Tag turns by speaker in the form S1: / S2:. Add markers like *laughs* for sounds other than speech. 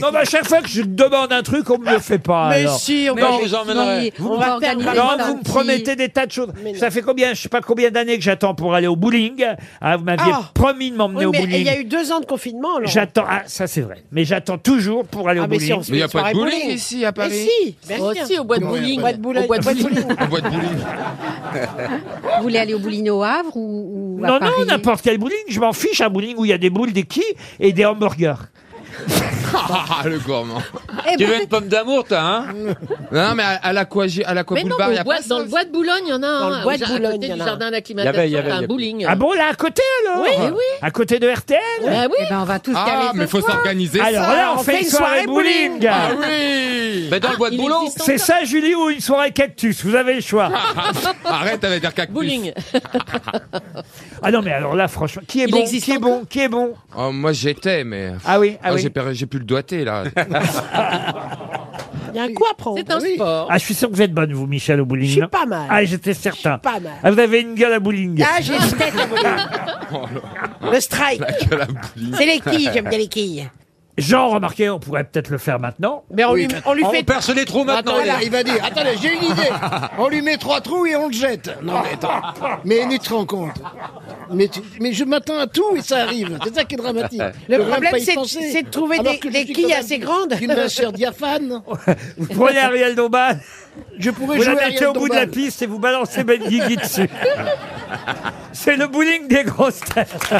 S1: Non, mais à chaque fois que je demande un truc, on me le fait pas.
S2: Mais
S1: Ah, alors.
S2: si, on Mais va- je les emmènerai.
S1: Vous
S2: on
S1: me-
S2: va organiser
S1: Non,
S2: ça.
S1: vous me promettez des tas de choses. Ça fait combien, je sais pas combien d'années que j'attends pour aller au bowling. Ah, vous m'aviez
S3: Ah.
S1: promis de m'emmener
S3: Oui,
S1: au
S3: mais
S1: bowling.
S3: il y a eu deux ans de confinement. Laurent.
S1: J'attends, ah, ça c'est vrai. Mais j'attends toujours pour aller
S3: Ah,
S1: au
S3: mais
S1: bowling.
S3: si, on se fait Mais y a une pas de soirée bowling bowling. ici, à Paris. Mais si, bien sûr.
S4: Aussi, au bois de
S3: Non, y a
S4: bowling.
S3: pas de bowling.
S4: Au bois de
S3: Au bois de
S4: bowling.
S3: bowling.
S5: boîte bowling.
S4: Vous voulez aller au bowling au Havre ou, ou à
S1: Non,
S4: Paris
S1: non, n'importe quel bowling. Je m'en fiche, un bowling où il y a des boules, des qui et des hamburgers.
S6: Ah, le gourmand.
S7: Eh
S6: tu
S7: ben-
S6: veux une pomme d'amour, toi, hein Non, mais à, à l'Aquagi- à
S7: Mais non,
S6: l'Aquaboulevard,
S7: au
S6: il y a
S7: bois-
S6: pas
S7: dans le bois de Boulogne, il y en a
S6: Dans le
S7: un.
S6: bois
S7: au
S6: de
S7: jar- à
S6: Boulogne,
S7: côté
S6: il y en
S7: du
S6: a un. Il y avait- il
S7: jardin
S6: y
S7: d'acclimatation,
S6: avait- il y
S7: un
S6: avait-
S7: bowling.
S1: Ah bon, là, à côté, alors
S7: Oui, oui.
S1: À côté de RTL
S7: Bah oui.
S4: Eh ben, on va tous
S6: Ah, mais faut s'organiser.
S1: Alors
S6: ça.
S1: là, on, fait, une soirée, bowling.
S6: Ah oui Mais dans le bois de boulot
S1: C'est ça, Julie, ou une soirée cactus Vous avez le choix.
S6: Arrête avec dire cactus.
S7: Bowling.
S1: Ah non, mais alors là, franchement, qui est
S7: Il
S1: bon
S7: existe
S1: Qui est bon Qui est bon
S6: Oh, moi j'étais, mais.
S1: Ah oui, ah oui.
S6: J'ai perdu- j'ai plus le doigté là.
S3: Il y a un quoi à prendre
S7: C'est un sport.
S1: Ah, je suis sûr que vous êtes bonne, vous, Michel, au bowling.
S3: Je suis
S1: non
S3: pas mal.
S1: Ah, j'étais certain.
S3: pas mal.
S1: Ah, vous avez une gueule à bowling.
S3: Ah, j'ai une tête à *laughs* bowling. Le strike.
S6: La gueule à bowling.
S3: C'est les quilles, j'aime bien les quilles.
S1: Jean, remarquez, on pourrait peut-être le faire maintenant.
S3: Mais on,
S8: Oui,
S3: lui,
S8: mais-
S3: on lui
S6: On
S3: fait.
S6: perce les trous maintenant.
S8: Attendez, il va dire, attendez, j'ai une idée. On lui met trois trous et on le jette. Non, mais attends. Mais Aîné, tu te rends compte. Mais, tu- mais je m'attends à tout et ça arrive. C'est ça qui est dramatique.
S3: Le
S8: Je devrais
S3: problème,
S8: pas y
S3: c'est-
S8: penser.
S3: c'est de trouver
S8: Alors
S3: des-
S8: que je
S3: des
S8: suis
S3: quilles
S8: quand même
S3: assez grandes.
S8: D'une minceur diaphane.
S1: Vous prenez Ariel
S3: *laughs*
S1: Dombal,
S8: Je pourrais
S1: vous
S8: jouer
S1: la
S8: à
S1: mettez au bout de la piste et vous balancez
S3: *laughs*
S1: Ben Guigui dessus. C'est le bowling des grosses têtes.